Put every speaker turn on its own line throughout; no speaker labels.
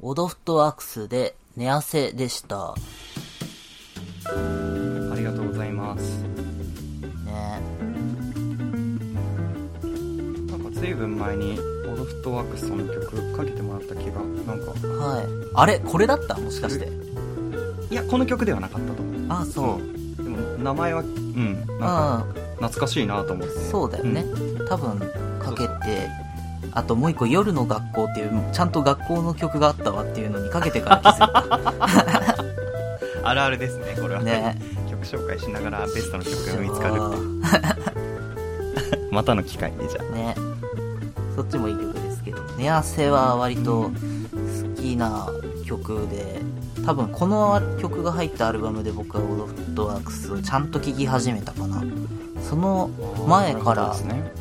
オドフットワークスで寝汗でした。
ありがとうございます。
ね
なんか随分前に、オドフットワークスさんの曲かけてもらった気が、なんか、
はい。あれこれだったもしかして。
いや、この曲ではなかったと思う。
あ、そう。
でも、名前は、うん、なんか、
あ
懐かしいなと思って。
あ、そうだよね。多分、かけて、あともう一個、夜の学校っていう、ちゃんと学校の曲があったわっていうのにかけてから気づい
うんあるあるですね、 これは。
たね。
曲紹介しながらベストの曲が見つかるって。またの機会で、じゃ
ね。そっちもいい曲ですけど、寝汗は割と好きな曲で、多分この曲が入ったアルバムで僕はオドフットワークスをちゃんと聴き始めたかな。その
あ。
前から
なるほどですね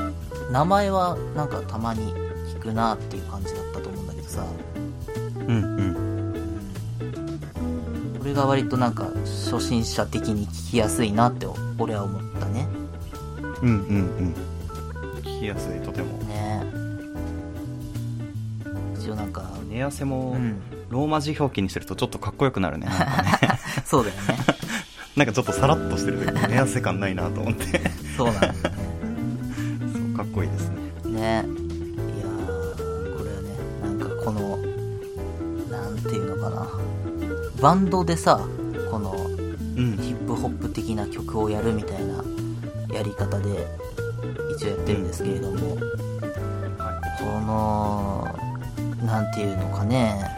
名前はなんかたまに聞くなっていう感じだったと思うんだけどさ、
うんうん。
これが割となんか初心者的に聞きやすいなって俺は思ったね。
うんうんうん。聞きやすい、とても。
ね一応なんか、
寝汗
う
も、
ん、
ローマ字表記にするとちょっとかっこよくなる ね。なんかね
そうだよね。
なんかちょっとさらっとしてるというか寝汗感ないなと思って。
そうなんだよ
そうかっこいいですね。
ね。ね。いやー、これはね、なんかこの、なんていうのかな。バンドでさ、この
うん。
ヒップホップ的な曲をやるみたいなやり方で一応やってるんですけれども、
は
このなんていうのかね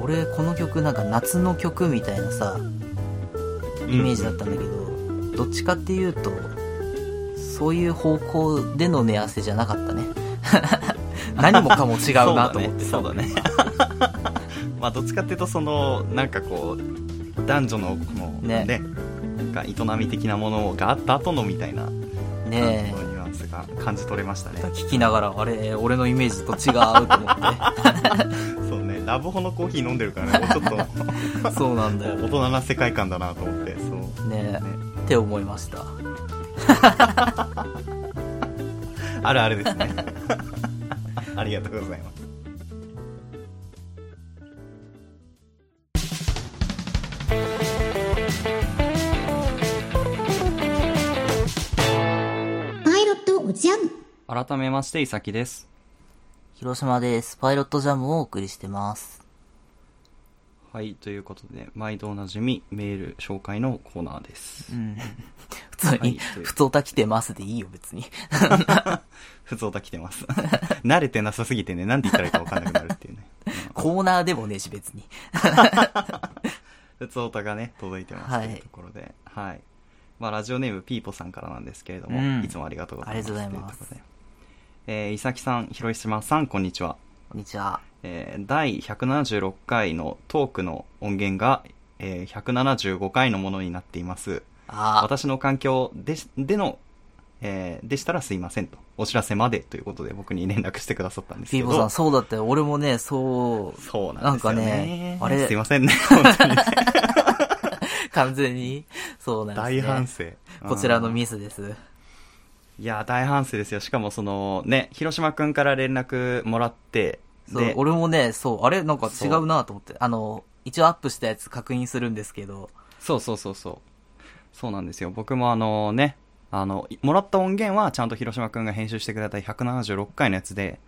俺この曲なんか夏の曲みたいなさ
い
イメージだったんだけど、どっちかっていうとそういう方向での寝汗じゃなか ったね何もかも違うなと思ってさ
そうだねそうだね まあどっちかっていうとそのなんかこう男女のこの
ね
ねなんか営み的なものがあった後のみたいな、
ね
このニュアンスが感じ取れましたね
え聞きながらあれ俺のイメージと違うと思っ
そうねラブホのコーヒー飲んでるから ねもうちょっ
て そうなんだよ
と
ね
大人な世界観だなと思ってそう
え
ね
って思いました
あるあるですね ありがとうございます
パイロットおじゃん
改めましていさきです
広島ですパイロットジャムをお送りしてます
はいということで毎度おなじみメール紹介のコーナーです
う ん。普通に、
はい
普通た来てますでいいよ、別に。
普通だ来てます 慣れてなさすぎてねなんて言ったらいいか分かんなくなる っていうね
コーナーでもねえし、別に。
普通オタがね、届いてます
は
と
い
いうところで、はい。まあ、ラジオネームピーポさんからなんですけれども、
うん
いつもありがとうございます。
ありがとうございます
とうことで。えー、いさきさん、ひろいしまさん、こんにちは。
こんにちは。
えー、第176回のトークの音源が、えー、175回のものになっています。
あ
私の環境でし、での、えーでしたらすいませんと。お知らせまでということで僕に連絡してくださったんで
ー、
すけ
ピー
ど。
ボさん、そうだったよ。俺もね、そう、
そうなんですよね。
なんかねあれ
すいませんね。本当に
完全に、そうなんで
大
す、ね。
反省。うん
こちらのミスです。
いやー、大反省ですよ。しかも、その、ね、広島くんから連絡もらって、
そう
で、、
俺もね、そう、あれなんか違うなと思って。あの、一応アップしたやつ確認するんですけど、
そうそうそうそう。そうなんですよ。僕もあのね、あの、いもらった音源はちゃんと広島くんが編集してくれた176回のやつで、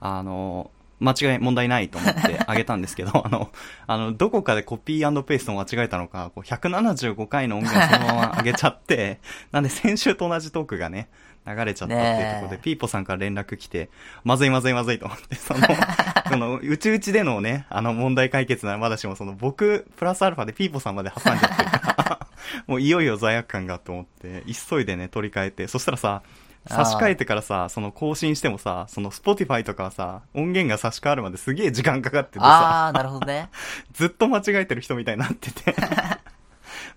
あの、間違い、問題ないと 思ってあげたんですけど、あの、あの、どこかでコピーペーストを間違えたのか、こう175回の音源そのままあげちゃって、 なんで先週と同じトークがね、流れちゃったっていうところ
ね
で、
え
ピーポさんから連絡来て、まずいまずいまずいと思って、その、 その、うちうちでのね、あの問題解決ならまだしも、その僕、プラスアルファでピーポさんまで挟んじゃって るから、もういよいよ罪悪感がと思って、急いでね、取り替えて、そしたらさ、差し替えてからさ、その更新してもさ、その Spotify とかはさ、音源が差し替わるまですげえ時間かかっててさ、
あー、なるほど ね。
ずっと間違えてる人みたいになって て、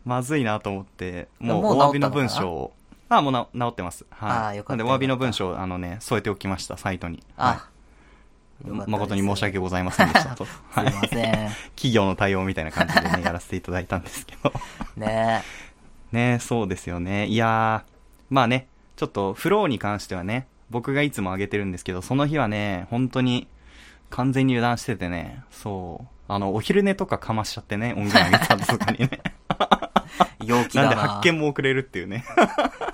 まずいなと思って、もう
もう治
お
ったのかな
詫びの文章を、ああ、もうな直ってます。はい。
ああよかった
なんでお詫びの文章を、あのね、添えておきました、サイトに。
あ、
はい
よかったです
誠に申し訳ございませんでし たと。す
すいません。
企業の対応みたいな感じでね、やらせていただいたんですけ ど。
ね
ねそうですよね。いやー、まあね、ちょっとフローに関してはね、僕がいつも上げてるんですけど、その日はね、本当に、完全に油断しててね、そう。あの、お昼寝とかかましちゃってね、音源上げた後とかにね。
陽 気
なん
だ
で
な
発見も遅れるっていうね。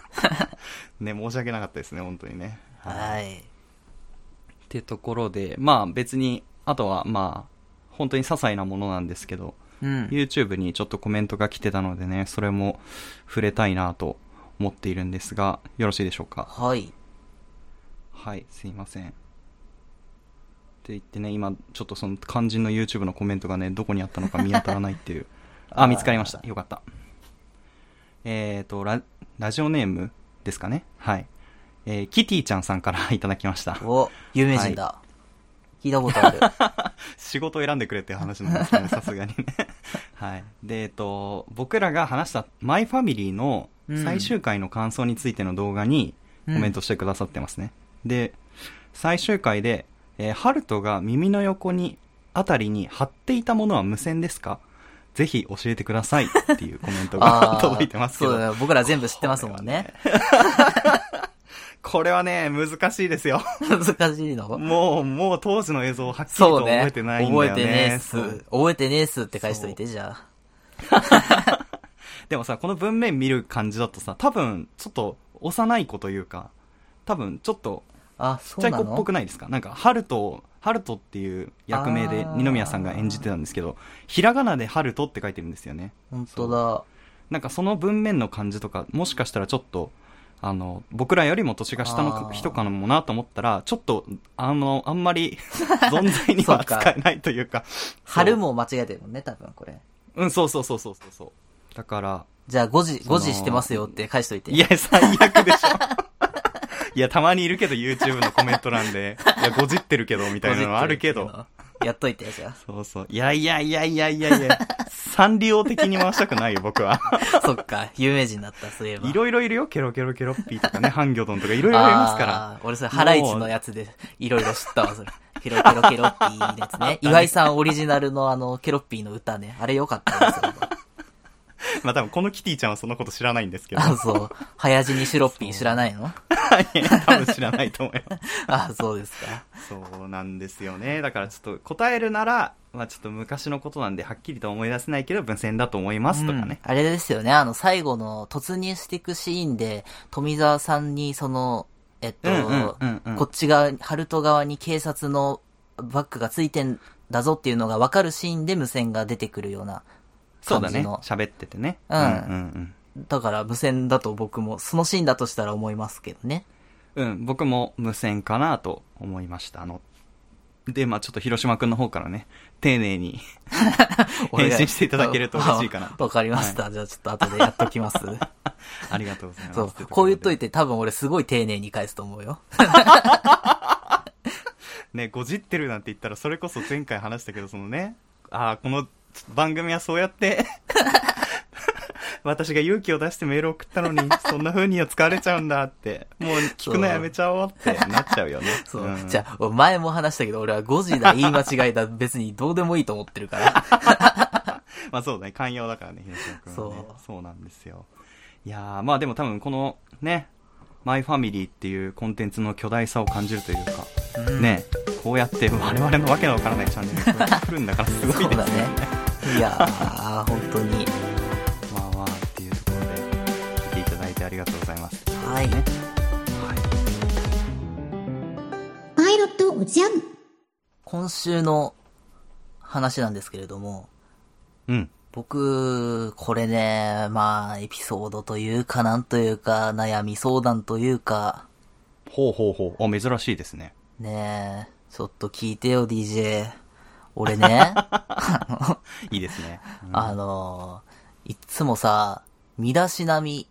ね、申し訳なかったですね、本当にね。
はい
ってところで、まあ別に、あとはまあ、本当に些細なものなんですけど、
うん
YouTube にちょっとコメントが来てたのでね、それも触れたいなと思っているんですが、よろしいでしょうか。
はい
はい、すいません。って言ってね、今、ちょっとその肝心の YouTube のコメントがね、どこにあったのか見当たらな いっていう。あ、見つかりました。よかった。えっ、とラ、ラジオネームですかね。はい。えーキティちゃんさんからいただきました。
お有名人だ、聞いたことあ る
仕事を選んでくれっていう話なんですけ どね、さすがにね。はい。で、えっ、と、僕らが話したマイファミリーの最終回の感想についての動画にコ
うん
メントしてくださってますね。で、最終回で、えーハルトが耳の横に、あたりに貼っていたものは無線ですかぜひ教えてくださいっていうコメントが
ー
届いてますけ
そ
ど
う。だね僕ら全部知ってますもん ね
これはね、難しいですよ。
難しいの
もう、もう当時の映像をはっきりと
そう
覚
ね
えてないんだよね。
覚えてねえっす
そう
覚えてねえっすって返しといてじゃあ
でもさ、この文面見る感じだとさ、多分、ちょっと、幼い子というか、多分、ちょっと、
あ
ちっ
そ
ちゃ
う
い
な
子
の
っぽくないですかなんか、ハルトを、ハルトっていう役名で
あー
二宮さんが演じてたんですけど、ひらがなでハルトって書いてるんですよね。
本当だ
なんか、その文面の感じとか、もしかしたらちょっと、あの、僕らよりも年が下の
あー
人かもなと思ったら、ちょっと、あの、あん まり、存在には
そうか
扱えないというか。
春も
も。
間違えてるもんね多分これ
うん、そうそうそうそうそうそう。だから、
じゃあ5時
の
5時してますよって返しといて
いや、最悪でしょ。いや、たまにいるけど、YouTube のコメント欄で。いや、ごじってるけど、みたいなのあるけど。
やっといてじゃ
そうそう。いやいやいやいやいやいや。サンリオ的に回したくないよ、僕は。
あ そっか有名人だったそういえば
いろいろいるよ。ケロケロケロッピーとかね、ハンギョドンとかいろいろいますから。
あー俺それ、ハライチのやつで、いろいろ知ったわ、それ。ケロケロケロッピーのやつね。岩井さんオリジナルのあの、ケロッピーの歌ね。あれよかったです よ。
まあ多分このキティちゃんはそのこと知らないんですけ ど。
あ、そう。早死にシュロッピー知らないの
いや多分知らないと思いま
あ、そうですか。
す。そうなんですよね。だからちょっと答えるなら、まあちょっと昔のことなんではっきりとは思い出せないけど、文献だと思いますとかね。
うんあれですよね、あの、最後の突入していくシーンで、富澤さんに、その、えっと、
うんうんうんうん
こっち側、ハルト側に警察のバッグがついてんだぞっていうのが分かるシーンで無線が出てくるような
そ
感
うだ
じ
ね。
の。
喋っててね。
うん
うんうん。
だから無線だと僕も、そのシーンだとしたら思いますけどね。
うん、僕も無線かなと思いました。あの、で、まあちょっと広島くんの方からね、丁 寧に 返信していただけると嬉しいかな
あわかりました。じゃあちょっと後でやっときます。
ありがとうございます。
そう。こう言っとい
て。
て多分俺すごい丁寧に返すと思うよ。
ね、ごじってるなんて言ったら、それこそ前回話したけど、そのね、ああ、この番組はそうやって、 私が勇気を出してメールを送ったのに、 そんな風には使われちゃうんだって、もう聞くのやめちゃおうってなっちゃうよね。
そう。
ん
じゃあ、前も話したけど俺は5時だ、言い間違いだ、 別にどうでもいいと思ってるから。
まあそうね、寛容だからね、広島君はね。
そう
そうなんですよ。いやー、まあでも多分このね、マイファミリーっていうコンテンツの巨大さを感じるというか、ね、こうやって我々のわけのわからないチャンネルがこうやって来るんだからすごいで
そ
す
う
よ
だね。いやー、本当に。
まあまあっていうところで、見ていただいてありがとうございます。
はい。
はい。
パイロットおじゃん
今週の話なんですけれども、
うん。
僕、これね、まあ、エピソードというか、なんというか、悩み相談というか、
ほうほうほう。あ、珍しいですね。
ねえ、ちょっと聞いてよ、DJ。俺ね、あ
いいですね。 うん
のあの、いっつもさ、身だしなみ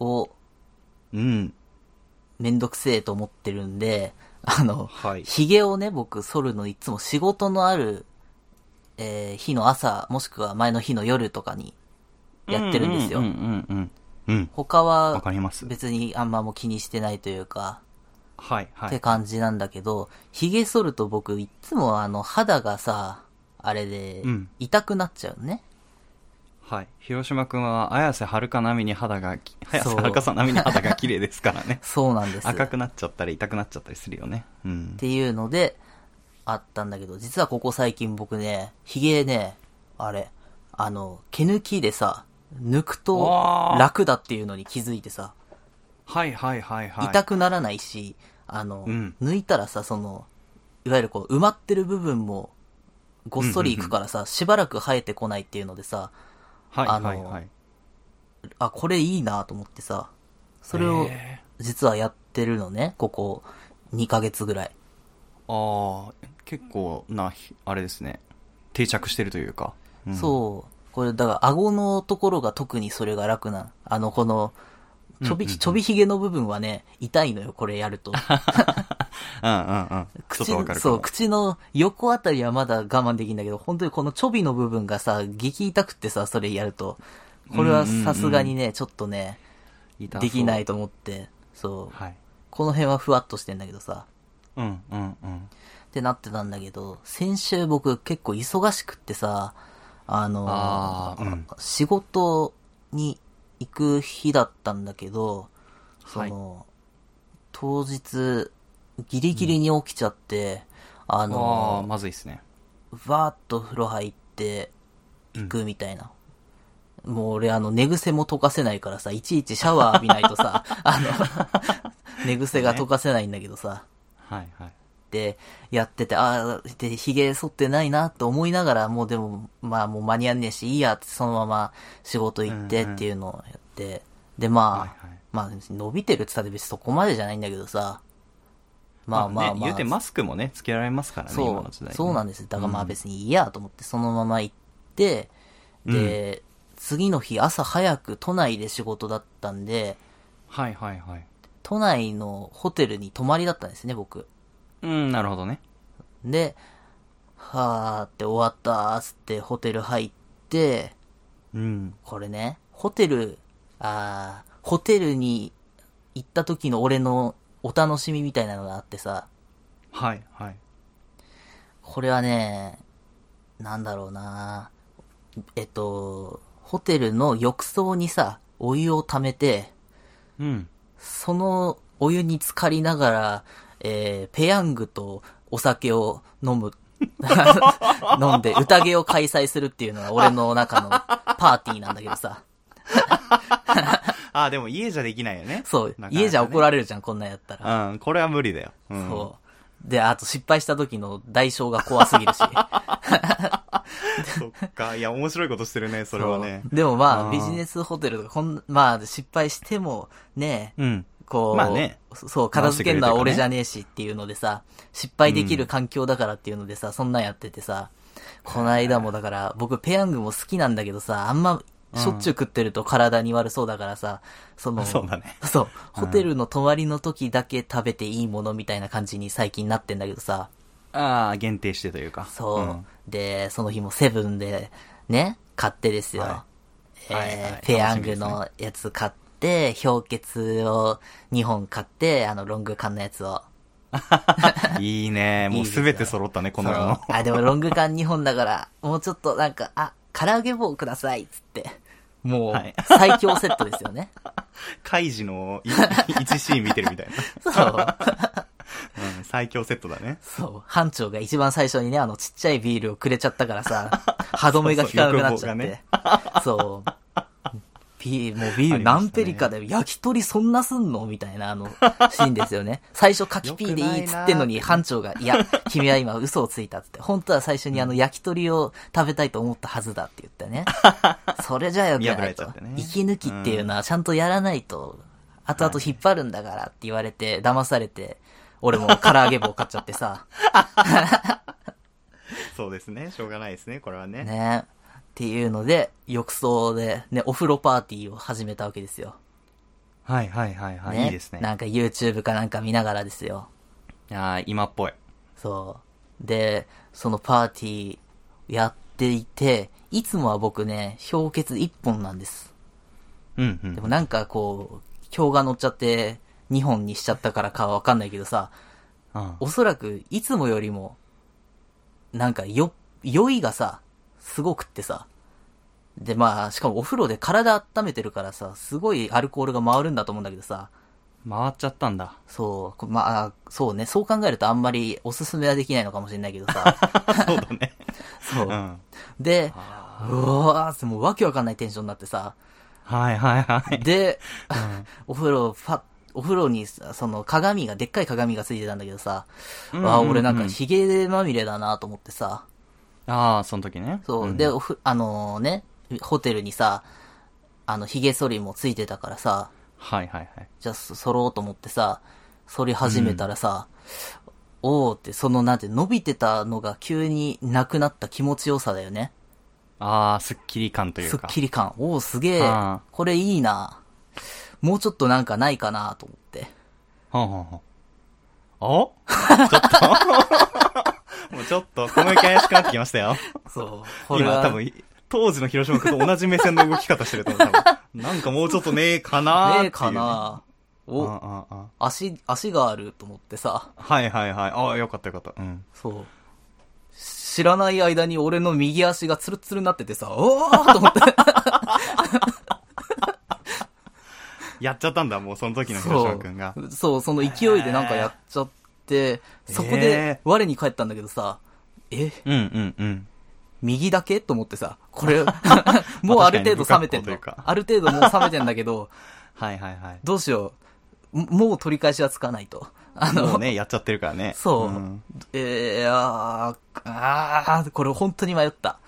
を
うん。
めんどくせえと思ってるんで、あの、
はい。
髭をね、僕、剃るのいつも仕事のある、えー日の朝、もしくは前の日の夜とかにやってるんですよ。
うんうんうんうん。うん。
他
わ
は
かります。
別にあんまもう気にしてないというか、
はいは
って
い。
感じなんだけど、髭剃ると僕、いっつもあの、肌がさ、あれで
うん、
痛くなっちゃうね。
はい。広島くんは、綾瀬はるか並みに肌がき、
そう
綾瀬はるかさん並みに肌が綺
。
麗ですからね
そうなんです。
赤く
っ
なっちゃったり痛くなっちゃったりするよね。うん。
ていうので、あったんだけど、実はここ最近僕ね、ヒゲね、あれ、あの、毛抜きでさ、抜くと
あー
楽だっていうのに気づいてさ、
はいはいはいはい。
痛くならないし、あの、
うん
抜いたらさ、その、いわゆるこう、埋まってる部分も、ごっそりいくからさ、しばらく生えてこないっていうのでさ、
はい
あの
はいはい。
あ、これいいなと思ってさ、それを
へ
実はやってるのね、ここ2ヶ月ぐらい。
ああ、結構な、ひあれですね。定着してるというか。うん
そう。これ、だから、顎のところが特にそれが楽なの。あの、この、ちょび、ちょびひげの部分はね、痛いのよ、これやる と。
うんうんうん。ちょっとわかるか
そ
も
う、口の横あたりはまだ我慢できるんだけど、本当にこのちょびの部分がさ、激痛くってさ、それやると。これはさすがにね、ちょっとね、
痛そう
できない。と思って、そう。
はい。
この辺はふわっとしてんだけどさ、
うんうんうん。
ってなってたんだけど、先週僕結構忙しくってさ、あの、
ああ、うん。
仕事に行く日だったんだけど、その、当日、ギリギリに起きちゃって、あ
ああ、
の、
まずいですね。
わーっと風呂入って、行くみたいな。もう俺あの、寝癖も溶かせないからさ、いちいちシャワー浴びないとさ、あの、寝癖が溶かせないんだけどさ、
はいはい。
ってやってて、ああ、で、髭剃ってないなと思いながら、もうでも、まあもう間に合わねえし、いいやってそのまま仕事行ってっていうのをやって、で、まあ、
はいはい
まあ伸びてるって言ったって別にそこまでじゃないんだけどさ、まあまあまあ、
ね言うてマスクもね、つけられますからね、今
そ
の時
う、
代、
そうなん
で
ですよ。だからまあ別にいいやと思ってそのまま行って、で、次の日朝早く都内で仕事だったんで、
はいはいはい。
都内のホテルに泊まりだったんですね、僕。
うん、なるほどね。
で、はーって終わったーっつってホテル入って、
うん。
これね、ホテル、あー、ホテルに行った時の俺のお楽しみみたいなのがあってさ、
はいはい。
これはね、なんだろうなえっと、ホテルの浴槽にさ、お湯を溜めて、
うん。
そのお湯に浸かりながら、えー、ペヤングとお酒を飲 む。飲んで宴を開催するっていうのが俺の中のパーティーなんだけどさ。
ああ、でも家じゃできないよね。
そう
なかな。かね
家じゃ怒られるじゃん、こんなんやったら。
うん、これは無理だよ。うん。
そう。で、あと失敗した時の代償が怖すぎる し。
そっか。いや、面白いことしてるね、それはね
そ。うでもま
う
あ、
ん
ビジネスホテルとか、こん、まあ、失敗しても、ね、
うん。
こう、
まあね
そう、片付けるのは俺じゃねえしっていうのでさ、失敗できる環境だからっていうのでさ、そんなんやっててさ、この間もだから、僕ペヤングも好きなんだけどさ、あんま、しょっちゅう食ってると体に悪そうだからさ、その、
そうだね。
そう、ホテルの泊まりの時だけ食べていいものみたいな感じに最近なってんだけどさ、
ああ、限定してというか。
そう。
ん
で、その日もセブンで、ね、買ってですよ。
は
えー
はいはい
ペヤングのやつ買って、氷結を2本買って、あの、ロング缶のやつを。
い いね。もうすべて揃ったね、この世の
そ。うあ、でもロング缶2本だから、もうちょっとなんか、あ、唐揚げ棒くださいっつって。もう
はい、
最強セットですよ ね。
カイジの い1シーン見てるみたい
そう。
な。うん、最強セットだね。
そう。班長が一番最初にね、あの、ちっちゃいビールをくれちゃったから さ、歯止めが効かなくなっちゃって。そう。ビール、もうビール何ペリかで、焼き鳥そんなすんのみたいな、あの、シーンですよね。最初、カキピーでいいっつってんのに、班長が、いや、君は今嘘をついたっつって、本当は最初にあの、焼き鳥を食べたいと思ったはずだって言ってね。それじゃよく
破ら
ない
れち
と。
ゃってね
息抜きっていうのはちゃんとやらないと、後々引っ張るんだからって言われて、騙されて、俺も唐揚げ棒買っちゃってさ、
そうですね。しょうがないですね、これはね。
ねっていうので、浴槽で、ね、お風呂パーティーを始めたわけですよ。
はいはいはいはい。いいですね。
なんか YouTube かなんか見ながらですよ。
ああ、今っぽい。
そう。で、そのパーティーやっていて、いつもは僕ね、氷結1本なんです。
うんう
で
ん。
もなんかこう、今日が乗っちゃって、2本にしちゃったからかわかんないけどさ、
うん
おそらくいつもよりも、なんかよ、酔いがさ、すごくってさ。で、まあ、しかもお風呂で体温めてるからさ、すごいアルコールが回るんだと思うんだけどさ、
回っちゃったんだ。
そう、こまあ、そうね、そう考えるとあんまりおすすめはできないのかもしれないけど さ。
そうだね。
そうう。
ん。
で、うわーってもうわけわかんないテンションになってさ。
はいはいはい。
で、 お風呂、パッ、お風呂にさ、その鏡が、でっかい鏡がついてたんだけどさ、
うん
わあ、
うんうん
俺なんか髭まみれだなと思ってさ、
ああ、その時ね。
そう、
ん
で、おふ、あのね、ホテルにさ、あの、髭剃りもついてたからさ、
はいはいはい。
じゃあ、そ剃ろうと思ってさ、剃り始めたらさ、おーって、そのなんて、伸びてたのが急になくなった気持ちよさだよね。
ああ、スッキリ感とい
す
う
っ
か。
きり感。おー、すげえ
あ。
これいいな。もうちょっとなんかないかなと思って。
ほんほんほん。おちょっと もうちょっと、小麦怪しくなってきましたよ。
そう。
今多分い、当時の広島君と同じ目線の動き方してると思う。多分なんかもうちょっとねえかなーっていう
ねえかな
うんうんう
お、
ん
足、足があると思ってさ、
はいはいはい。ああ、よかったよかった。うん。
そう。知らない間に俺の右足がツルツルになっててさ、おーと思 って。
やっちゃったんだ、もうその時の広
そ
島君が。
う。そう、その勢いでなんかやっちゃって、そこで
え
我に返ったんだけどさ、え、
うんうんうん。
右だけと思ってさ、こ れ、 もうある程度冷めてん
まあ確かに不格好とい
の
うか。
ある程度もう冷めてんだけど、
はいはいはい。
どうしよう。ももう取り返しはつかないと。あの、
もうね、やっちゃってるからね。
そう。
ん
えー、あーあーこれ本当に迷った。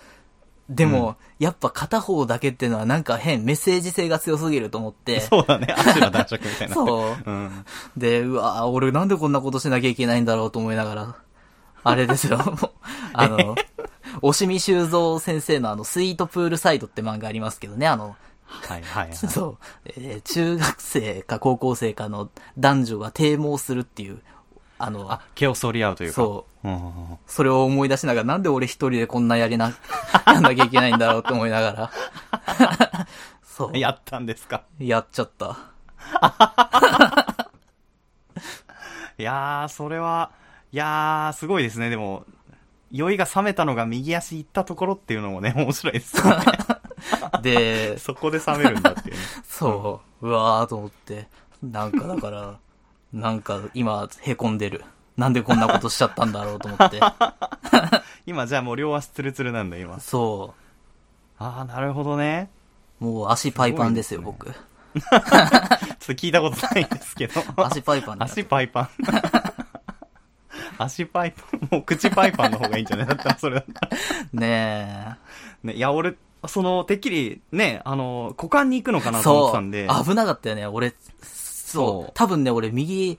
でも、やっぱ片方だけってのはなんか変、メッセージ性が強すぎると思って。
そうだね。足の男色みたいな。
そう
うん。
で、うわー俺なんでこんなことしなきゃいけないんだろうと思いながら。あれ ですよ、もう、あの、押見修造先生のあの、スイートプールサイドって漫画ありますけどね、あの、
はいはいはい。
そう、えー中学生か高校生かの男女が堤防するっていう、あの、
あ、毛を剃り合うというか。
そう、
うんうんうん。
それを思い出しながら、なんで俺一人でこんなやりな、 やんなきゃいけないんだろうって思いながら。 そう。
やったんですか。
やっちゃった。
いやー、それは、いやー、すごいですね。でも、酔いが冷めたのが右足行ったところっていうのもね、 面白いですよね。
で、
そこで冷めるんだっていう、ね。
そう、うわーと思って、なんかだから、なんか今、凹んでる。なんでこんなことしちゃったんだろうと思って。
今、じゃあもう両足ツルツルなんだ、 今。
そ
あー、なるほどね。
う。もう足パイパンですよ、
すごい
僕。
ちょっと聞いたことないんですけど。
足パイパンだ
足パイパン。足パイパン。もう口パイパンの方がいいんじゃないだったらそれだったら。
ね
ね、いや、俺、その、てっきり、ね、あの、股間に行くのか
え。
なと思っ
そ
て
う。
たんで。
危なかったよね、俺。そ
そうう。
多分ね、俺右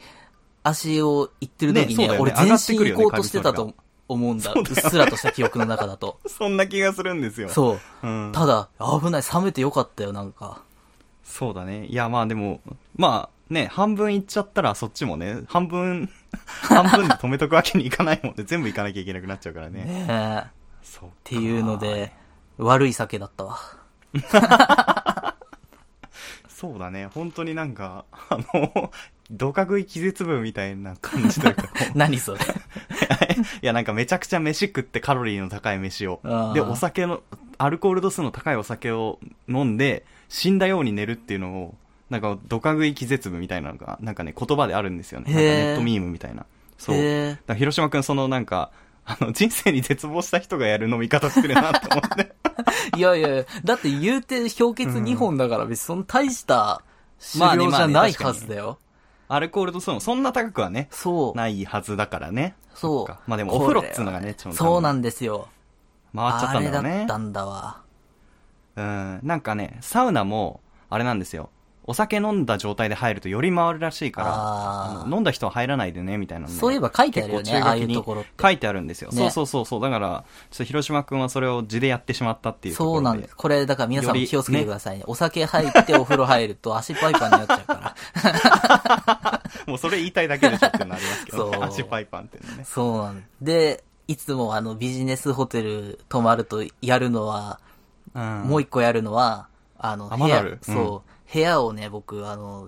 足を行ってる時にね、
ねそうだよね
俺
上
全
がって
身
くる
行
よね
こうとしてたと思うんだ。う
そう
っ
だよね
すらとした記憶の中だと。
そんな気がするんですよ。う。
そう。
ん。
ただ、危ない。冷めてよかったよ、なんか。
そうだね。いや、まあでも、まあ、ね、半分行っちゃったらそっちもね、半分、半分で止めとくわけにいかないもんで、全部行かなきゃいけなくなっちゃうからね。
ねえ。っ
そう。って
いうの。で、悪い酒だった わ。
そうだね。本当になんか、あの、 ドカ食い気絶部みたいな感じというか、
何それ。
いや、なんかめちゃくちゃ飯食ってカロリーの高い飯を
あー。
で、お酒の、アルコール度数の高いお酒を飲んで、死んだように寝るっていうのを、なんか、ドカ食い気絶部みたいなのが、なんかね、言葉であるんですよね。
へ
なんか
ー
ネットミームみたいな。そう。だ
へー
から広島くん、そのなんか、あの、人生に絶望した人がやる飲み方してるなと思 って。
いやいやいやだって言うて氷結2本だから別にその大した修
まあね
行じ
まあ
ゃ
ね
ないはずだよ。
アルコール度数もそんな高くはね、
そう。
ないはずだからね。
そ
っか
う。
まあでも、お風呂っつうのがね、ちょっと。
そうなんですよ。
回っちゃったんだろうね。
あれだったんだわ。
うん、なんかね、サウナも、あれなんですよ。お酒飲んだ状態で入るとより回るらしいから、
あー
あの飲んだ人は入らないでね、みたいなのね
そういえば書いてあるよね
結構注
あ
意書きに
あいうところって
書いてあるんですよ。
ね
そうそうそうそう。だから、ちょっと広島くんはそれを地でやってしまったっていうところ
そ
で。
うなんです。これ、だから皆さんも
より
気をつけてくださいね。お酒入ってお風呂入ると足パイパンになっちゃう から。
もうそれ言いたいだけでしょってなりますけど、ね、
そう
足パイパンっていうのね。
そうなんで、いつもあのビジネスホテル泊まるとやるのは、
うん。
もう一個やるのは、あの、
あ
部
まだ
屋、
あるうん
そう、部屋をね、僕、あの、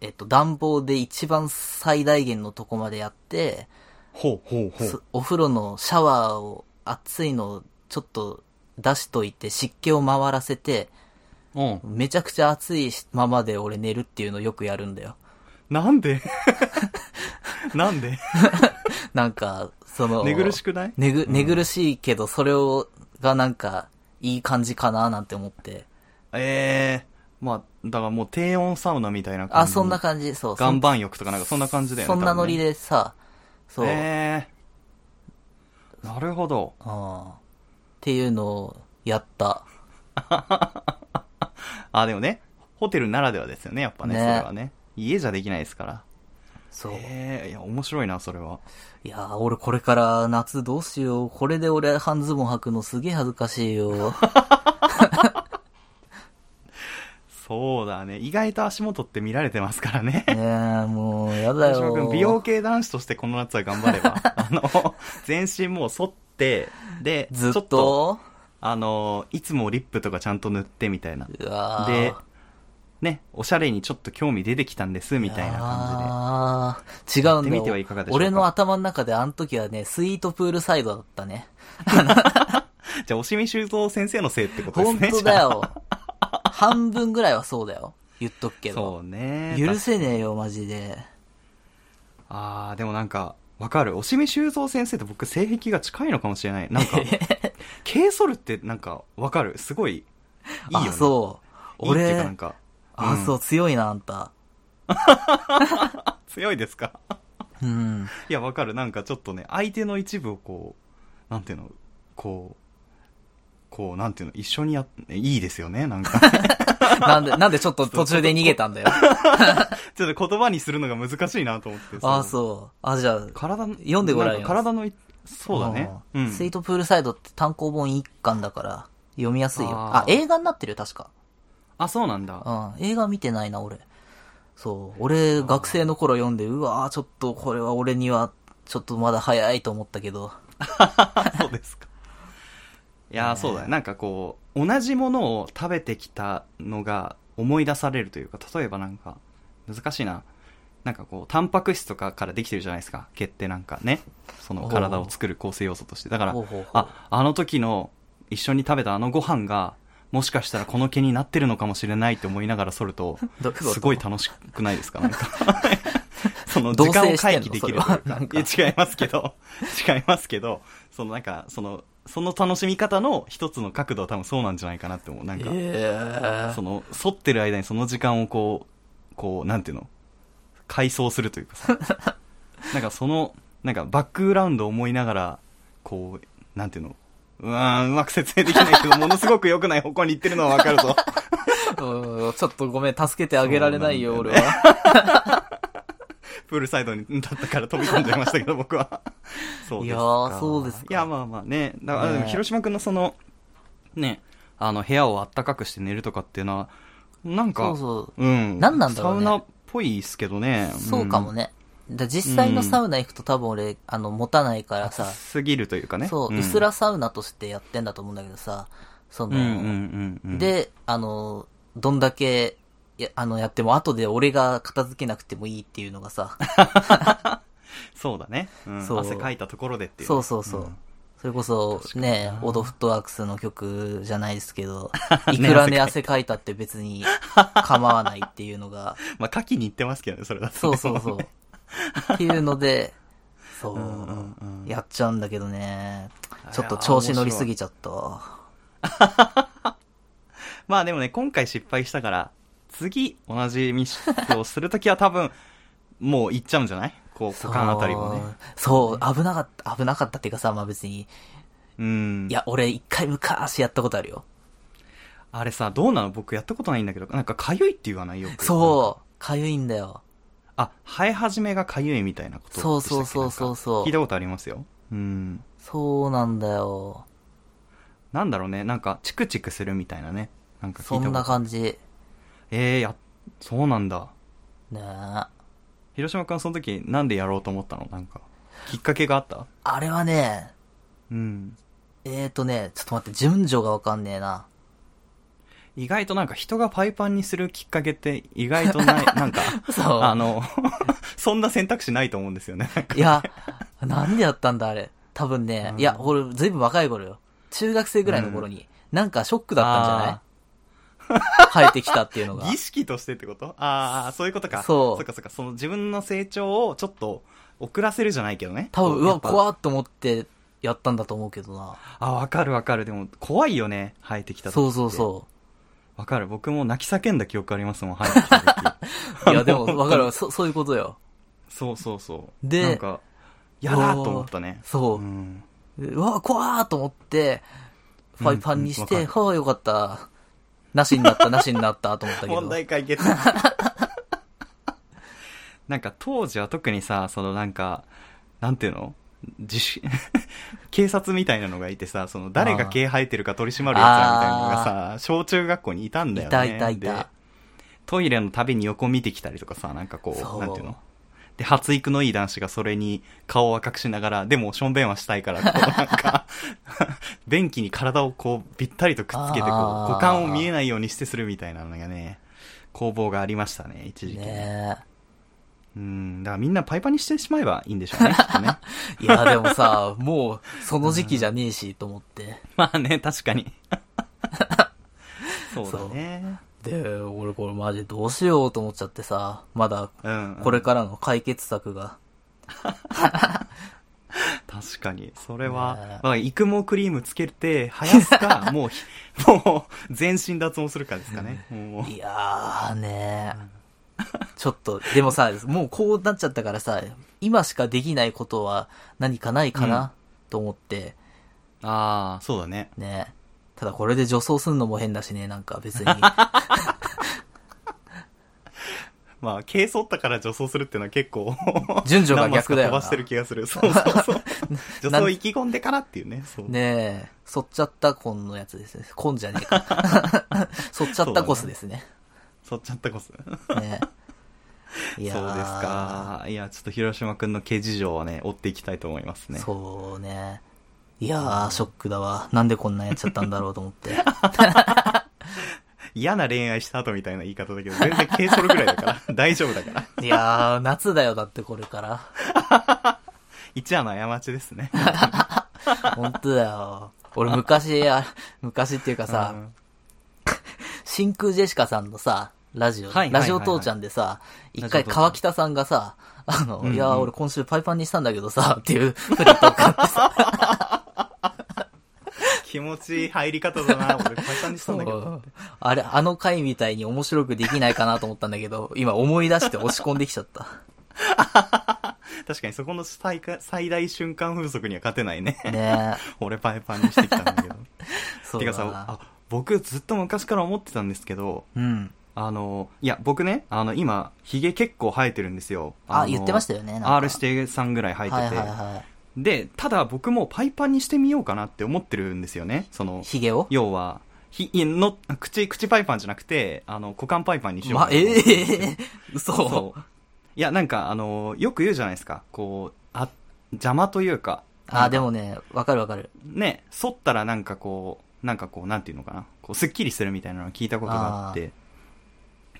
えっと、暖房で一番最大限のとこまでやって、
ほうほうほう。
すお風呂のシャワーを、熱いのをちょっと出しといて、湿気を回らせて、
うん。
めちゃくちゃ熱いままで俺寝るっていうのをよくやるんだよ。
なんで なんで
なんか、その、
寝苦しくない
寝ぐ寝苦しいけど、それを、がなんか、いい感じかななんて思って。
ええまあ、だからもう低温サウナみたいな感
あ、
じ。
そんな感じ、そう。
岩盤浴とかなんかそんな感じだよね。
そんなノリ
で。
でさ、そう。
ええなるほど。
うんっていうのをやった。
あ、でもね、ホテルならではですよね、やっぱね、
ね
それはね。家じゃできないですから。
そう。
ええいや、面白いな、それは。
いやー、俺これから夏どうしよう。これで俺半ズボン履くのすげえ恥ずかしい よ。
そうだね。意外と足元って見られてますからね。
ねえ、もう、やだ
大島
よ。
君美容系男子としてこの夏は頑張 れば。あの、全身もう剃って、で、
ずっ
ちょ
と
っと、あの、いつもリップとかちゃんと塗ってみたいな。
うわー
で、ね、おしゃれにちょっと興味出てきたんです、みたいな感
あー違うんだ
やってみてはいかがでしょうか
俺の頭の中であの時はね、スイートプールサイドだったね。
じで。じゃあ、おしみ修造先生のせいってことです
本
ね。
当
じ
だ
ゃあ。
よ。半分ぐらいはそうだよ。言っとくけ
そ
ど。
うね。
許せねえよ、マジで。
あー、でもなんか、わかる。おしみ修造先生って僕、性癖が近いのかもしれない。なんか、 軽ソルってなんか、わかる。すごい、いいよね。
あ、そう。
いいって
俺、
いうかなんか、
あ、
うん
そう、強いな、あんた。
強いですか
うん。
いや、わかる。なんかちょっとね、相手の一部をこう、なんていうの、こう、こう、なんていうの、一緒にやっ、いいですよ ね、なんか。
なんで、 なんでちょっと途中で逃げた んだよ。
ちょっと言葉にするのが難しいなと思って。
あ、
う。
そう。あ、じゃあ、
体の、
読んでごらんよ
なか体のい、そうだね。
う
うんん。
スイートプールサイドって単行本一巻だから、読みやすいよ。あ
あー
映画になってるよ、確か。
あ、そうなんだ。
うん。映画見てないな、俺。そう。俺、学生の頃読んで、うわーちょっと、これは俺には、ちょっとまだ早いと思ったけど。
そうですか。いやー、そうだね。なんかこう、同じものを食べてきたのが思い出されるというか、例えばなんか、難しいな。なんかこう、タンパク質とかからできてるじゃないですか。毛ってなんかね。その体を作る構成要素として。だから
ほうほうほう、
あ、あの時の一緒に食べたあのご飯が、もしかしたらこの毛になってるのかもしれないって思いながら剃ると、
どういうこと
すごい楽しくないです かなんか。その
同棲
時間を
してん
回
の
帰できる
それは
というか
なんか
いや違いますけど、 違いますけど、そのなんか、その、その楽しみ方の一つの角度は多分そうなんじゃないかなって思う。なんか、
え
その、反ってる間にその時間をこう、こう、なんていうの回想するというかさ。なんかその、なんかバックグラウンドを思いながら、こう、なんていうのうーん、うまく説明できないけど、ものすごく良くない方向に行ってるのはわかるぞ。
ー、ちょっとごめん、助けてあげられないよ、
そう
俺
なんだよ
は。
プールサイドに立ったから飛び込んじゃいましたけど、僕は。そうですか
いやーそうですか
いや、まあまあね。だから、
ねえ
でも広島君のその、ね、あの、部屋をあったかくして寝るとかっていうのは、なんか、。
そうそう
ん。
何なんだろうね
サウナっぽいですけどね。
そうかも
ね。
ね。だ実際のサウナ行くと多分俺、あの、持たないからさ、
すぎるというかね。
そう、
ん
うすらサウナとしてやってんだと思うんだけどさ、そ
うん
の、
うんうんうん。、
で、あの、どんだけ、や、あの、やっても、後で俺が片付けなくてもいいっていうのがさ、
そうだね。うん
そう
汗かいたところでっていう。
そうそうそう。
ん
それこそ、ね、オドフットワークスの曲じゃないですけ ど、い
ね
くらね、汗かいたって別に構わないっていうのが、
まあ、夏季に行ってますけどね、 それだとね
そうそうそう。っていうので、そう、
んうんうん
やっちゃうんだけどね、
や
ちょっと調子乗りすぎちゃった。
まあでもね、今回失敗したから、次、同じミスをするときは多分、 もう行っちゃうんじゃないこう、股間あたりもね。
そう、そう危なかった、危なかったっていうかさ、まあ別に、
うん。
いや、俺一回昔やったことあるよ。
あれさ、どうなの僕やったことないんだけど、なんか痒いって言わないよく。
そう、かゆいんだよ。
う。あ、生え始めが痒いみたいなことでしたっけ。
そうそうそうそうそう
なんか聞いたことありますよ。うん。
そうなんだよ。
なんだろうね、なんか、チクチクするみたいなね。なんか聞いた
そ
こと
んな感じ。
えー、や、そうなんだ。
ねえ。
広島君はその時、なんでやろうと思ったのなんか、きっかけがあった
あれはね、
うん。
えーとね、ちょっと待って、順序がわかんねえな。
意外となんか人がパイパンにするきっかけって意外と ない、なんか、
そう
あの、 そんな選択肢ないと思うんですよね。
いや、なんでやったんだ、あれ。多分ね、いや、俺、ずいぶん若い頃よ。中学生ぐらいの頃に、なんかショックだったんじゃない
あ
生えてきたっていうのが
儀式としてってことああ、そういうことか。
そう
そっかそっか。その自分の成長をちょっと遅らせるじゃないけどね。
多分うわ
い。
怖っと思ってやったんだと思うけどな
あ、わかるわかる。でも、怖いよね。生えてきた時。
そうそうそう
わかる。僕も泣き叫んだ記憶ありますもん、生えてきた時。
ういやで もわかるわそそういうことよ
そうそうそう。
で
なんか、やだーと思ったね。
そうう、
ん。
うわ怖っと思ってファイパンにして、
うんうんわか
はあよかったなしになったなしになったと思ったけど
問題解決。 なんか当時は特にさ、そのなんか、なんていうの自主 警察みたいなのがいてさ、その誰が毛生えてるか取り締まるやつらみたいなのがさ、小中学校にいたんだよね。
いたいたい
で
た
トイレのたびに横見てきたりとかさ、なんかこ
そう
う、なんていうので、発育のいい男子がそれに顔を赤くしながら、でも、しょんべんはした いから、こう、なんか、便器に体をこう、ぴったりとくっつけて、こう、
あー
股間を見えないようにしてするみたいなのがね、攻防がありましたね、一時期。
ね
うん、だからみんなパイパンにしてしまえばいいんでしょうね、きっと ね。
えいやでもさもうその時期じゃねえしと思って
まあね、確 かに。そうだね。
で俺これマジどうしようと思っちゃってさまだ
うん。
これからの解決策が
確かに。そ
ね
れ
え
は、まあ、育毛クリームつけて、生やす か、もうひ、もう、全身脱毛するかですかね。もう
いやーねーちょっと、でもさ、もうこうなっちゃったからさ、今しかできないことは何かないかな、と思って、
ああ、そうだね。
ね。ただこれで女装すんのも変だしね、なんか 別に。、
まあ、軽装ったから女装するっていうのは結構
順序が逆だよな
何マスか飛ばしてる気がする。そうそう そう。女装意気込んでからっていうね。そ
ね
う。
え、そっちゃったコンのやつですね。コンじゃねえか。 そっちゃったコスですね。
そっちゃったこそ。そうです
ねえ。いやー
か。いや、ちょっと広島くんの刑事情はね、追っていきたいと思いますね。
そうね。いやー、ショックだわ。なんでこんなんやっちゃったんだろうと思 って。
嫌な恋愛した後みたいな言い方だけど、全然軽装るぐらいだから。 大丈夫だから。
いやー、夏だよ、だってこれから。
一夜の過ちですね。
本当だよ。俺昔、あ昔っていうかさ、
うん
真空ジェシカさんのさ、ラジオ、
はいはいはい
ラジオ父ちゃんでさ、一
ラ
回
ジオ父ちゃん
川北さんがさ、あの、
うんうん
いやー俺今週パイパンにしたんだけどさ、っていうフリートークあってさ、
気持ちいい入り方 だな。俺、パイパンにしたんだけど。
あれ、あの回みたいに面白くできないかなと思ったんだけど、 今思い出して押し込んできちゃった。
確かにそこの最か最大瞬間風速には勝 てないね。
ね
俺、パイパンにしてきたんだけど。
え。 そう
て
だ
か
な
さ、あ僕ずっと昔から思ってたんですけど、
うん。
あの、いや、僕ね、あの、今、髭結構生えてるんですよ。
あ
の
言ってましたよねなんか
R 指定さんぐらい生えてて。
はいはいは
で、ただ僕もパイパンにしてみようかなって思ってるんですよね。その
い。、ヒゲを
要は、ひ、いの、口、口パイパンじゃなくて、あの、股間パイパンにしようか
ま、
なと
え
思
え
ってるんですよ
嘘。
そう。いや、なんか、あの、よく言うじゃないですか。こう、あ、邪魔というか。なん
あ、
か
でもね、わかるわかる。
ね、剃ったらなんかこう、なんかこう、なんていうのかな。こう、すっきりするみたいなのを聞いたことがあって。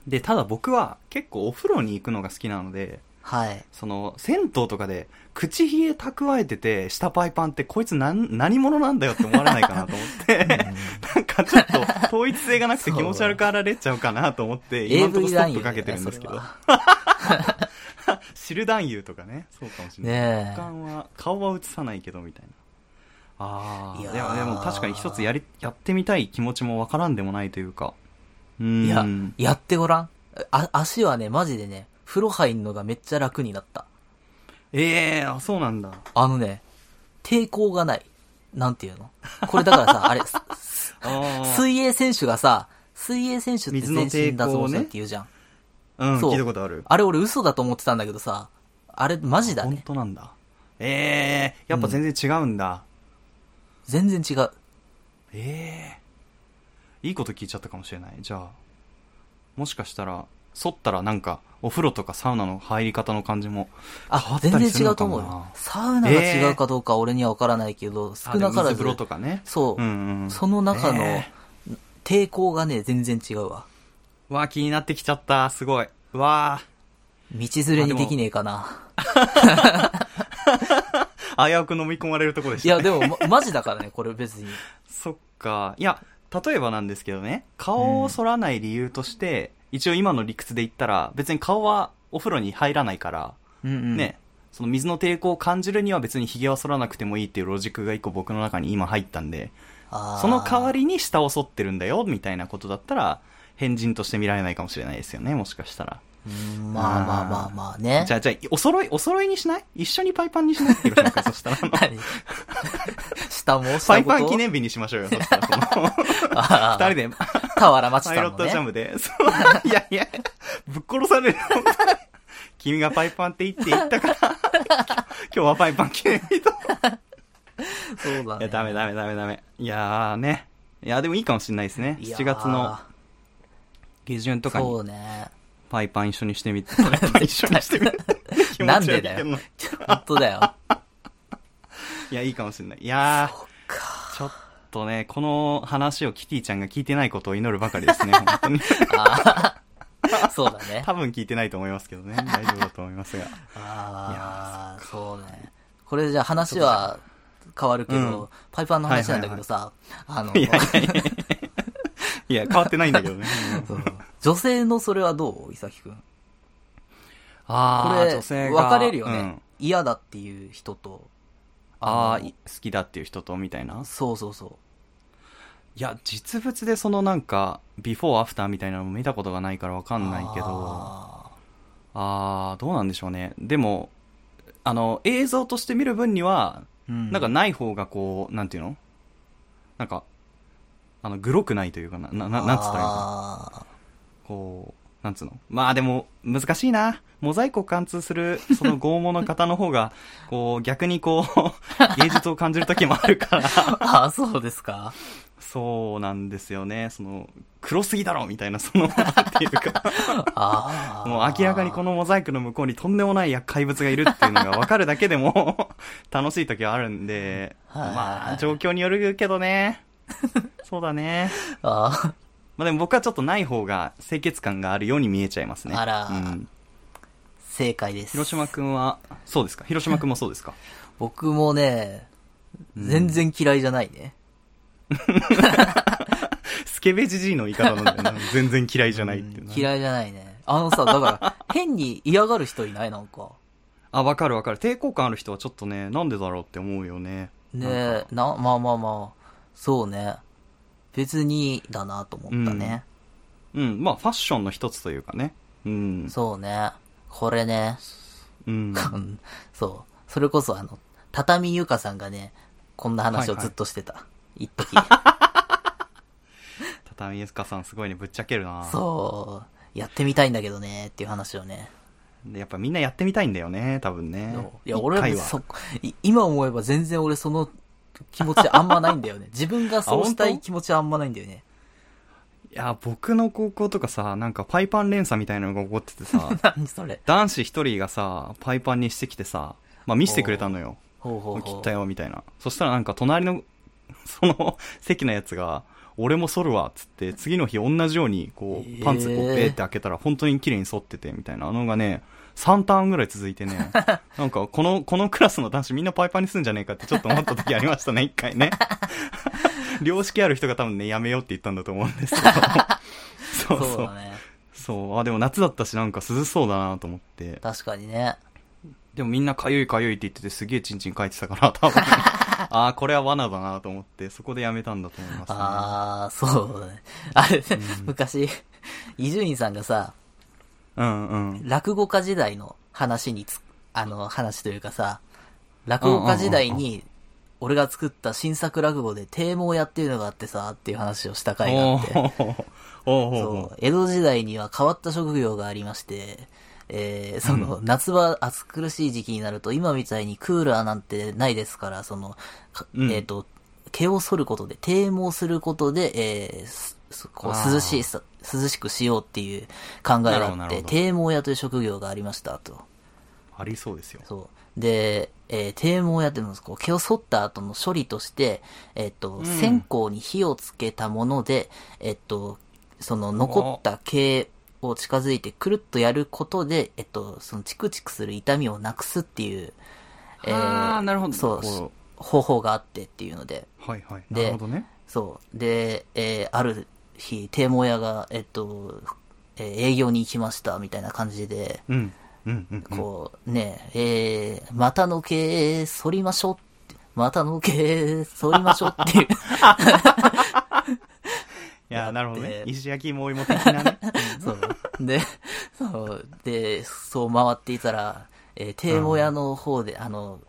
で、ただ僕は結構お風呂に行くのが好きなので、
はい。
その、銭湯とかで、口ひげ蓄えてて、下パイパンって、こいつなん、何者なんだよって思われないか なと思って、なんかちょっと、統一性がなくて気持ち悪かられちゃうかなと思って、今のとこ
AV
ろスト
男
ッ
優だ
プか
よね
けてるんですけ
それ
ど
は。
知る男優とかね。そうかもしれない。
ねえ
股間は、顔は映さないけど、みたいな。ああ、
い
い
や
や
ー
でも確かに一つやり、やってみたい気持ちもわからんでもないというか。うーん。
いや、やってごらん。あ、足はね、マジでね、風呂入んのがめっちゃ楽になった。
ええあ、そうなんだ。
あのね、抵抗がない。なんていうのこれだからさ、あれ、す す
あー
水泳選手がさ、水泳選手って
水の
全身
抵
脱
抗
毛
をね
するって言うじゃん。
うん、
そう
聞いたことある。
あれ俺嘘だと思ってたんだけどさ、あれマジだ
本
ね。
当なんだ。ええやっぱ全然違うんだ。
全然違う。
ええいいこと聞いちゃったかもしれない。じゃあ、もしかしたら、剃ったらなんか、お風呂とかサウナの入り方の感じも変わ
あ、
った
全然
りする
違
の
うと
かも
思う
な。
よ。サウナが違うかどうかは俺には分からないけど、少なから
あでも水
ず
風、呂とかね。
そう、
んうん
その中の
え
抵抗がね、全然違うわ。
ーわあ、気になってきちゃった。すごい。わ
道連れにできねえかな。
あ、危うく飲み込まれるとこでし
いや、
た、ね。
でも、ま、マジだからね、これ別に。
そっか。いや、例えばなんですけどね、顔を剃らない理由として、一応今の理屈で言ったら、別に顔はお風呂に入らないから、
うんうん、
ね、その水の抵抗を感じるには別に髭は剃らなくてもいいっていうロジックが一個僕の中に今入ったんで、
あー
その代わりに下を剃ってるんだよ、みたいなことだったら、変人として見られないかもしれないですよね、もしかしたら。
うんまあまあまあまあね
じゃあ、じゃあ、お揃い、お揃いにしない一緒にパイパンにしない広島君、そしたらあの。
何下も
パ
下
イ
ごと
パン記念日にしましょうよ、そした らその。
あ
二
ー
人で、
俵町
パイ
さ
ロ
ん
ッ
の
トジャ
ね
ムで、 そういやいや、ぶっ殺される。君がパイパンって言って言ったから、 今日はパイパン記念日と。
そうだ
いや、
ね
ダメダメダメダメ。いやーね。いや、でもいいかもしれないですね。
いやー
7月の下旬とか
そ
に
うね
パイパン一緒にしてみ て、パイパン一緒にしてみて。 気
な
持
ん
ち悪
でだ
いけど
よ 本当だ よ
いや、いいかもしれない。いやー、ちょっとね、この話をキティちゃんが聞いてないことを祈るばかりですね、本当に。
あーそうだね
多分聞いてないと思いますけどね。大丈夫だと思いますが。
ああそうねこれじゃあ話は変わるけど、
うん
パイパンの話なんだけどさ、
いやい
あの
やいやいや、変わってないんだけどね。
そう女性のそれはどう伊崎くんこ
あ
れ分かれるよね、嫌だっていう人と
ああ、
の
い好きだっていう人と、みたいな。
そうそうそう
いや、実物でそのなんか、ビフォーアフターみたいなのも見たことがないからわかんないけど、あ
あ
あー、どうなんでしょうね。でも、あの、映像として見る分には、
ーうん
なんかない方がこう、なんていうのなんか、あの、グロくないというかな、な、ななんつったらいいの
あ
こう、なんつうのまあでも、難しいな。モザイクを貫通する、その拷問の方の方が、 こう、逆にこう、芸 術を感じる時もあるから、
ーあーそうですか
そうなんですよね。その、黒すぎだろみたいな、その、っていうか、
ああ
もう明らかにこのモザイクの向こうにとんでもない怪物がいるっていうのが分かるだけでも、楽しい時はあるんで、
はい
まあ、状況によるけどね。そうだね。
あー
まあでも僕はちょっとない方が清潔感があるように見えちゃいますね。
あら
うん
正解です
広島くんは、そうですか広島くんもそうですか
僕もね全然嫌いじゃないね、
スケベジジイの言い方なんだよな。全然嫌いじゃないっていうな。
嫌いじゃないねあのさだから 変に嫌がる人いないなんか
あ、わかるわかる。抵抗感ある人はちょっとね、なんでだろうって思うよね。
ね
なん
え
か
なまあまあまあそうね別にだなと思ったね、
うん、まあファッションの一つというかね。うん。
そうねこれね
うん。
うん そうそれこそあの畳ゆかさんがねこんな話をずっとしてた、一 時
畳ゆすかさんすごいね、ぶっちゃけるな
そうやってみたいんだけどねっていう話をね
でやっぱみんなやってみたいんだよね、多分ね。
いや、俺
一回
は
は。
そ、い今思えば全然俺その気持ちあんまないんだよね。自分がそうした
あ本
い
当
気持ちはあんまないんだよね。
いや、僕の高校とかさ、なんかパイパン連鎖みたいなのが起こって てさ、
何それ。
男子一人がさ、パイパンにしてきてさ、まあ見せてくれたのよ。
ほうほう
切
ほう。
ったよみたいなそしたらなんか隣の その席のやつが俺も剃るわっつって次の日同じようにこ
え
う
ー
パンツこうペーって開けたら本当に綺麗に剃っててみたいなのがね3ターンぐらい続い てねなんかこのこのクラスの男子みんなパイパンにすんじゃねえかってちょっと思った時ありましたね一 回ね良識ある人が多分ねやめようって言ったんだと思うんですけ どそうそう
そ
そうう
だね。
あでも夏だったしなんか涼しそうだなと思って
確かにね。
でもみんなかゆいかゆいって言っててすげえチンチン書いてたから、多分。ああ、これは罠だなと思って、そこでやめたんだと思います、ね。
あー、そうだね。あれ、昔、伊集院さんがさ、
うんうん。
落語家時代の話につ、あの、話というかさ、落語家時代に、俺が作った新作落語で、低毛屋っていうのがあってさ、っていう話をした回があ
お
って。
ーおーお
そ
ー
う、江戸時代には変わった職業がありまして、えーその、夏場暑苦しい時期になると、今みたいにクーラーなんてないですから、その、か
うん
えっ、と、毛を剃ることで、低毛することで、えーすすこ
あ
う
ー
涼しいさ、涼しくしようっていう考え
なるほ
があ
どな
って、
るほど
低毛屋という職業がありました、と。
ありそうですよ。
そう。で、えー、低毛屋っていうのは、こう、毛を剃った後の処理として、えっ、と、
ん
線香に火をつけたもので、えっ、と、その残った毛を近づいてくるっとやることで、えっ、と、そのチクチクする痛みをなくすっていう、
あーなるほど
そう
こ、
方法があってっていうので、
はいはい。
で
なるほどね。
そう。で、えーある日、堤防屋が、えっと、えー営業に行きました、みたいな感じで、
うんうんうんうん
こう、ねえ、えー、股の毛、反りましょうって、股の毛、反りましょうっていう。
いやなるほどね
で
石焼きもお芋的な ね
そう。で、そう、で、そう回っていたら、えー、堤防屋の方で、あの、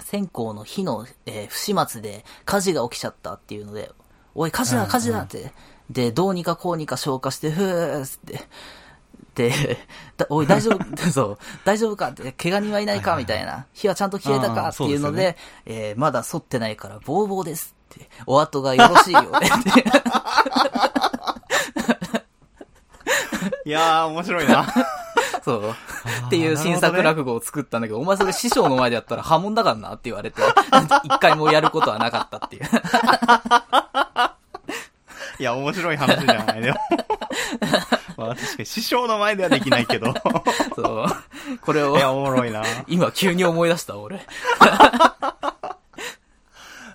線香の火の、えー不始末で火事が起きちゃったっていうので、おい、火事だ、火事だって。で、どうにかこうにか消火して、ふーっつって。で、だおい、大丈 夫、そう、大丈夫かって、怪我人はいないかみたいな。火はちゃんと消えたか
あー
って
そう
い
で
う
すよ
の
ね
で、えーまだ剃ってないから、ボーボーですって。お後がよろしいよねって。
いやー面白いな
そう。っていう新作落語を作ったんだけど、お前それ師匠の前でやったら破門だからなって言われて、 一回もやることはなかったっていう。
いや面白い話じゃな いでもまあ確かに師匠の前ではできな いけどい
そう。これ
や
を、
おもろいな
今急に思い出した、俺。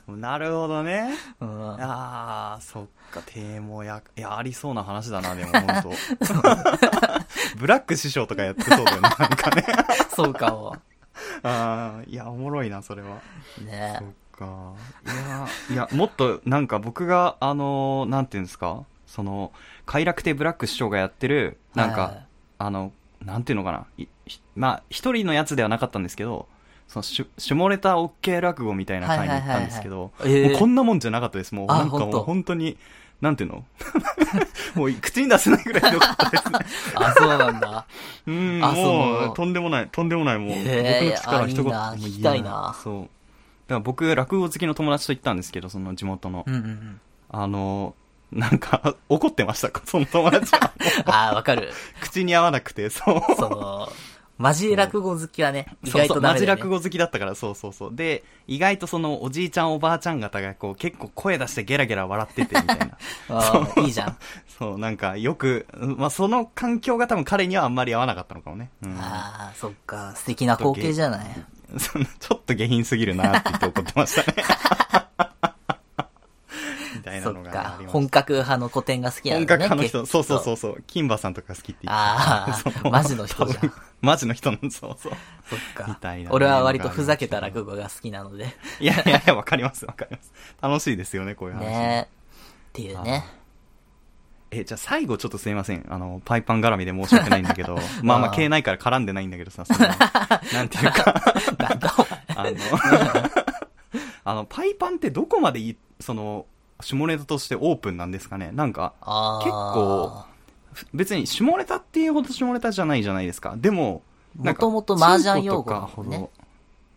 なるほどね
うん。
ああ、そっ か、堤防や、いや、ありそうな話だな、 でも、本当ブラック師匠とかやってそう だよね、なんかね。
そうかも。
ああ、いや、おもろいな、それは。
ね
そっか。いや、いや、もっと、なんか僕が、あのーなんていうんですか、その、快楽亭ブラック師匠がやってる、なんか、
はい
あの、なんていうのかな、いひまあ、一人のやつではなかったんですけど、そのしゅ、下ネタ OK 落語みたいな会に行ったんですけど、
はいはいはいはいええ
もうこんなもんじゃなかったです。もう
あ
なんか
本
も
当
う本当に、なんていうの もう口に出せないぐらいひど かったですね。
あ、そうなんだ。
うん、
あそう
もう、とんでもない、とんでもない、もう、
ええ
僕の口から一言も
あいいな
言え
聞きたいな
そう。だから僕、落語好きの友達と行ったんですけど、その地元の。
うんうんうん。
あの、なんか、 怒ってましたかその友 達が。
あーわかる。
口に合わなくて、そう。
その、マジ落語好きはね、意
そう
外
そ
と
う、
ダ
マ
メ
ジ
だよ
落
ね。
語好きだったから、そうそうそう。で、意外とその、おじいちゃんおばあちゃん方が、こう、結構声出してゲラゲラ笑ってて、みた いな。
あーいいじゃん。
そう、なんか、よく、うんまあ、その環境が多分彼にはあんまり合わなかったのかもね。うん。
ああ、そっか。素敵な光景じゃない。
そのちょっと下品すぎるなって言って怒ってました ね。みたいな
そ
の
っ
がねあ
か
り。まし
本格派の古典が好き
た。
なん
本
だね。
格派の人、
結
そう
構
そうそうそう、金馬さんとか好きって言
あ
ってた
あ、マジの人じゃん。。
その多分 マジの人なんそうそう。
そっか。
みたいな
俺は割とふざけた落語が好きなので。
いやいやいや、わかりますわかります。楽しいですよね、こういう話。
ねえ。っていうね。
え、じゃあ最後ちょっとすいません。あの、パイパン絡みで申し訳ないんだ けど、まあま
あ
あ、
あ
消えないから絡んでないんだけどさ、 そのなんていうか。
なん だお前。
あの、あの、パイパンってどこまでいい、その、下ネタとしてオープンなんですかねなんか、
あー
結構、ふ別に下ネタっていうほど下ネタじゃないじゃないですか。でも、なんか
元々麻雀用語
チンコとかほど
ね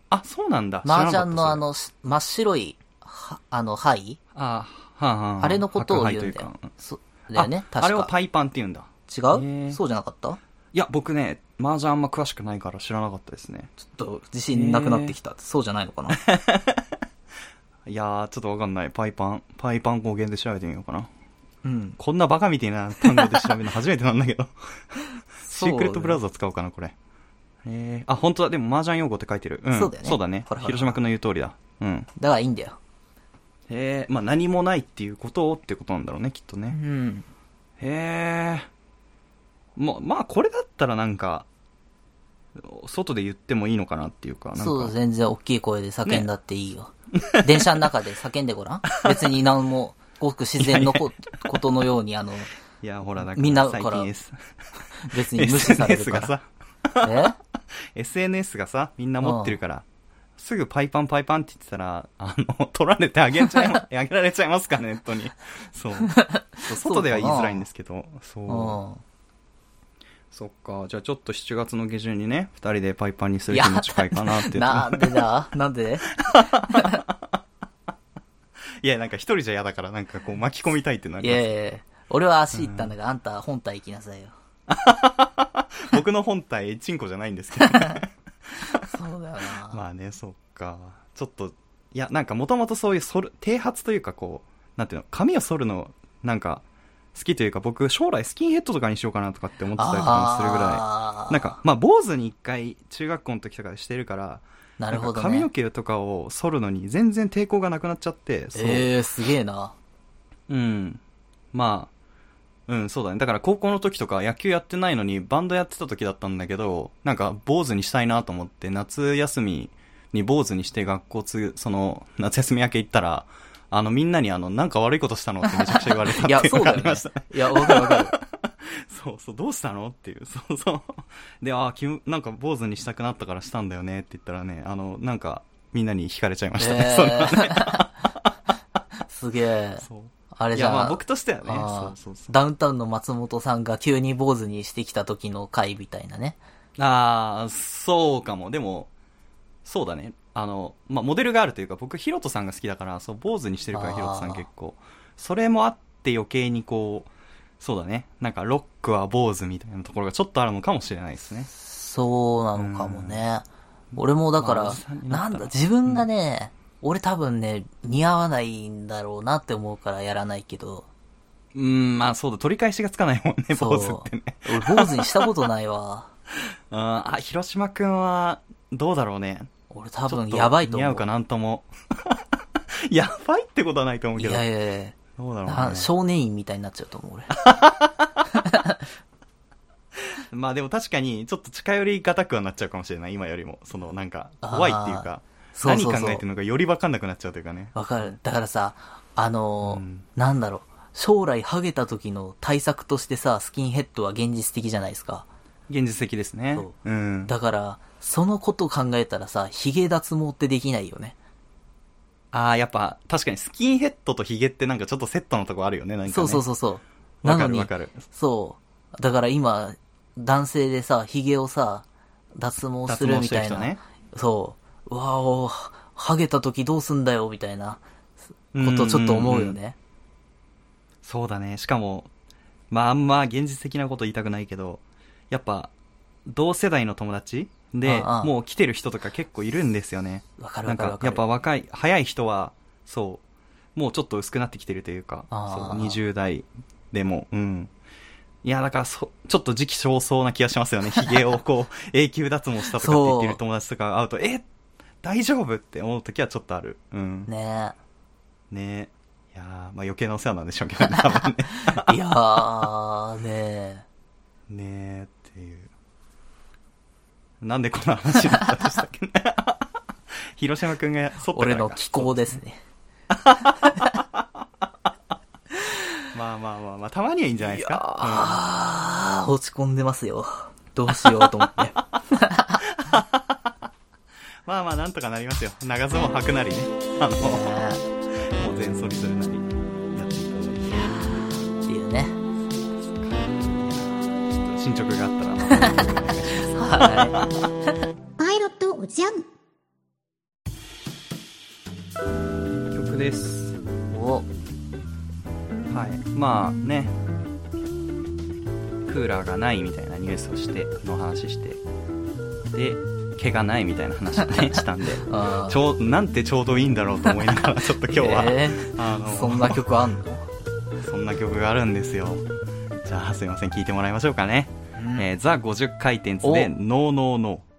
あ、そうなんだ。
麻雀
知ら
のあ
なかっ
の、し真っ白い、はあの、灰
た、それあ、はあ、はあ、
あれのことを言うんだ
白
よ
杯というか。
そだよね、
あ
確か。
あれをパイパンって言うんだ。
違
へ
う
ー
そうじゃなかった
いや、僕ね、麻雀あんま詳しくないから知らなかったですね。
ちょっと自信なくなってきた。そうじゃないのかない
やー、ちょっとわかんない。パイパン、パイパン語源で調べてみようかな。
うん。
こんなバカみたいな単語で調べるの初めてなんだけど。シ
そう
ークレットブラウザ使おうかな、これ。えー、あ、本当だ。でも、麻雀用語って書いてる。うん。
そうだよね
そうだね
ほら。ほら
広島君の言う通りだ。うん。
だからいいんだよ。
へえ、まあ、何もないっていうことをってことなんだろうね、きっと
う
ね。
ん。
へえ。ま、まあ、これだったらなんか、外で言ってもいいのかなっていうか、なんか。
そう、全然大きい声で叫んだっていいよ。電車の中で叫んで ごらん。別に何も、ごく自然のこことのように、あの、
いや、ほら、なんか、
みんな
最
から
近 S
別に無視される
SNS
か
が
ら
さ。、
え
SNS がさ、みんな持ってるから、すぐパイパンパイパンって言ってたら、あの、 取られてあげちゃい ま、あげられちゃいますから、ネットに。そう。そう外では言いづらいんですけど、そう。
うん。
そっか、じゃあちょっと7月の下旬にね、二人でパイパンにする日も近いかなって。
なんでだなんで
いや、なんか一人じゃ嫌だから、なんかこう巻き込みたいってなる
いやいやいや俺は足行ったんだから、あんた本体行きなさいよ。
僕の本体、チンコじゃないんですけど、ね、
そうだよな。
まあね、そっか。ちょっと、いや、なんかもともとそういう剃る、剃髪というかこう、なんていうの、髪を剃るの、なんか、好きというか僕、将来スキンヘッドとかにしようかなとかって思ってたりとかもするぐらい。
あー
なんか、まあ、坊主に一回、中学校の時とかでしてるから、
なるほどね
んか髪の毛とかを剃るのに全然抵抗がなくなっちゃって、そう
えー、すげえな。
うん。まあ、うん、そうだね。だから高校の時とか野球やってないのにバンドやってた時だったんだけど、なんか坊主にしたいなと思って、夏休みに坊主にして学校つ、その、 夏休み明け行ったら、あの、みんなにあの、なんか悪いことしたのってめちゃくちゃ言われたっ
い
てい
や、
う
そ
の
う
が
だ
あ
よ
り
ね
ました。。
いや、わかるわかる。
そうそう、どうしたのっていう、 そうそう。で、ああ、君なんか坊主にしたくなったからしたんだよねって言ったらね、あの、なんか、みんなに惹か れちゃいましたね、それはね。
えー すげえ。
そう
あれ
い
じゃ
や、
あ
まあ僕としてはね、そ
あ
う
ー
そうそう。
ダウンタウンの松本さんが急に坊主にしてきた時の回みたいなね。
ああ、そうかも。でも、そうだね。あの、まあ、モデルがあるというか、僕、ヒロトさんが好きだから、そう、坊主にしてるか
あ
ら、
ー
ヒロトさん結構。それもあって余計にこう、そうだね。なんか、ロックは坊主みたいなところがちょっとあるのかもしれないですね。
そうなのかもね。俺もだから、
まあおじさんになった
な
ら
んだ、自分がね、俺多分ね、似合わないんだろうなって思うからやらないけど。
うん、まあ、そうだ。取り返しがつかないもんね、
そう
坊主ってね。
俺坊主にしたことないわ。
うん、あ、広島くんは、どうだろうね。
俺多
ちょっ
分やばいと思う。
似合うかなんとも。 やばいってことはないと思う
い
けど。
やいやいや。
どうだろうね。
な少年院みたいになっちゃうと思う、俺。
まあでも確かに、ちょっと近寄りがたくはなっちゃうかもしれない、今よりも。その、なんか、
あー
怖いっていうか、
そうそうそう
何考えてるのかより分かんなくなっちゃうというかね。
わかる。だからさ、あのー
うん
なんだろう、将来ハゲた時の対策としてさ、スキンヘッドは現実的じゃないですか。
現実的ですね。
そう
うん。
だから、そのことを考えたらさ、髭脱毛ってできないよね。
ああ、やっぱ、確かにスキンヘッドとヒゲってなんかちょっとセットのとこあるよね、なんか、ね。
そうそうそうそう。
わ
な
か
の
る
に
わかる、
そう。だから今、男性でさ、髭をさ、脱毛するみたい
脱毛してる人
な。
ね
そう。うわお、ハゲた時どうすんだよ、みたいなことちょっと思うよね。
んんんそうだね。しかも、まああんま現実的なこと言いたくないけど、やっぱ、同世代の友達で、
ああああ
もう来てる人とか結構いるんですよね。
わかる
な
わ
ん
かるわ
か
かる。
やっぱ若い早い人はそうもうちょっと薄くなってきてるというか
あー
そう20代でもうんいやだからそちょっと時期尚早な気がしますよねひげを こう永久脱毛したとかって言って
そう
る友達とか会うとえ大丈夫って思う時はちょっとあるうんね
ねえ。
いやーまあ余計なお世話なんでしょうけ どね多分ね
いやー、ねえ。
ねえっていうなんでこんな話になったんでしたっけね 広島くんがそったから
俺
か
の気候ですね。
まあまあまあまあたまにはいいんじゃないですかうん
あー、落ち込んでますよ。どうしようと思 って。
まあまあなんとかなりますよ長ズボン履くなりねあのも
ね
う全そりそれなりやっていただいて
っていうね。
ちょっと進捗があったらまた
は
パイロットおじゃん
曲です
い。お、
はいまあねクーラーがないみたいなニュースをしての話してで毛がないみたいな話をねした んで
あ
ちょうなんてちょうどいいんだろうと思いながらちょっと今日は、
え
あ
ー
の
そんな曲あんの
そんな曲があるんですよじゃあすいません聞いてもらいましょうかね
うん
えーザ50回転で
お
「ノーノーノー」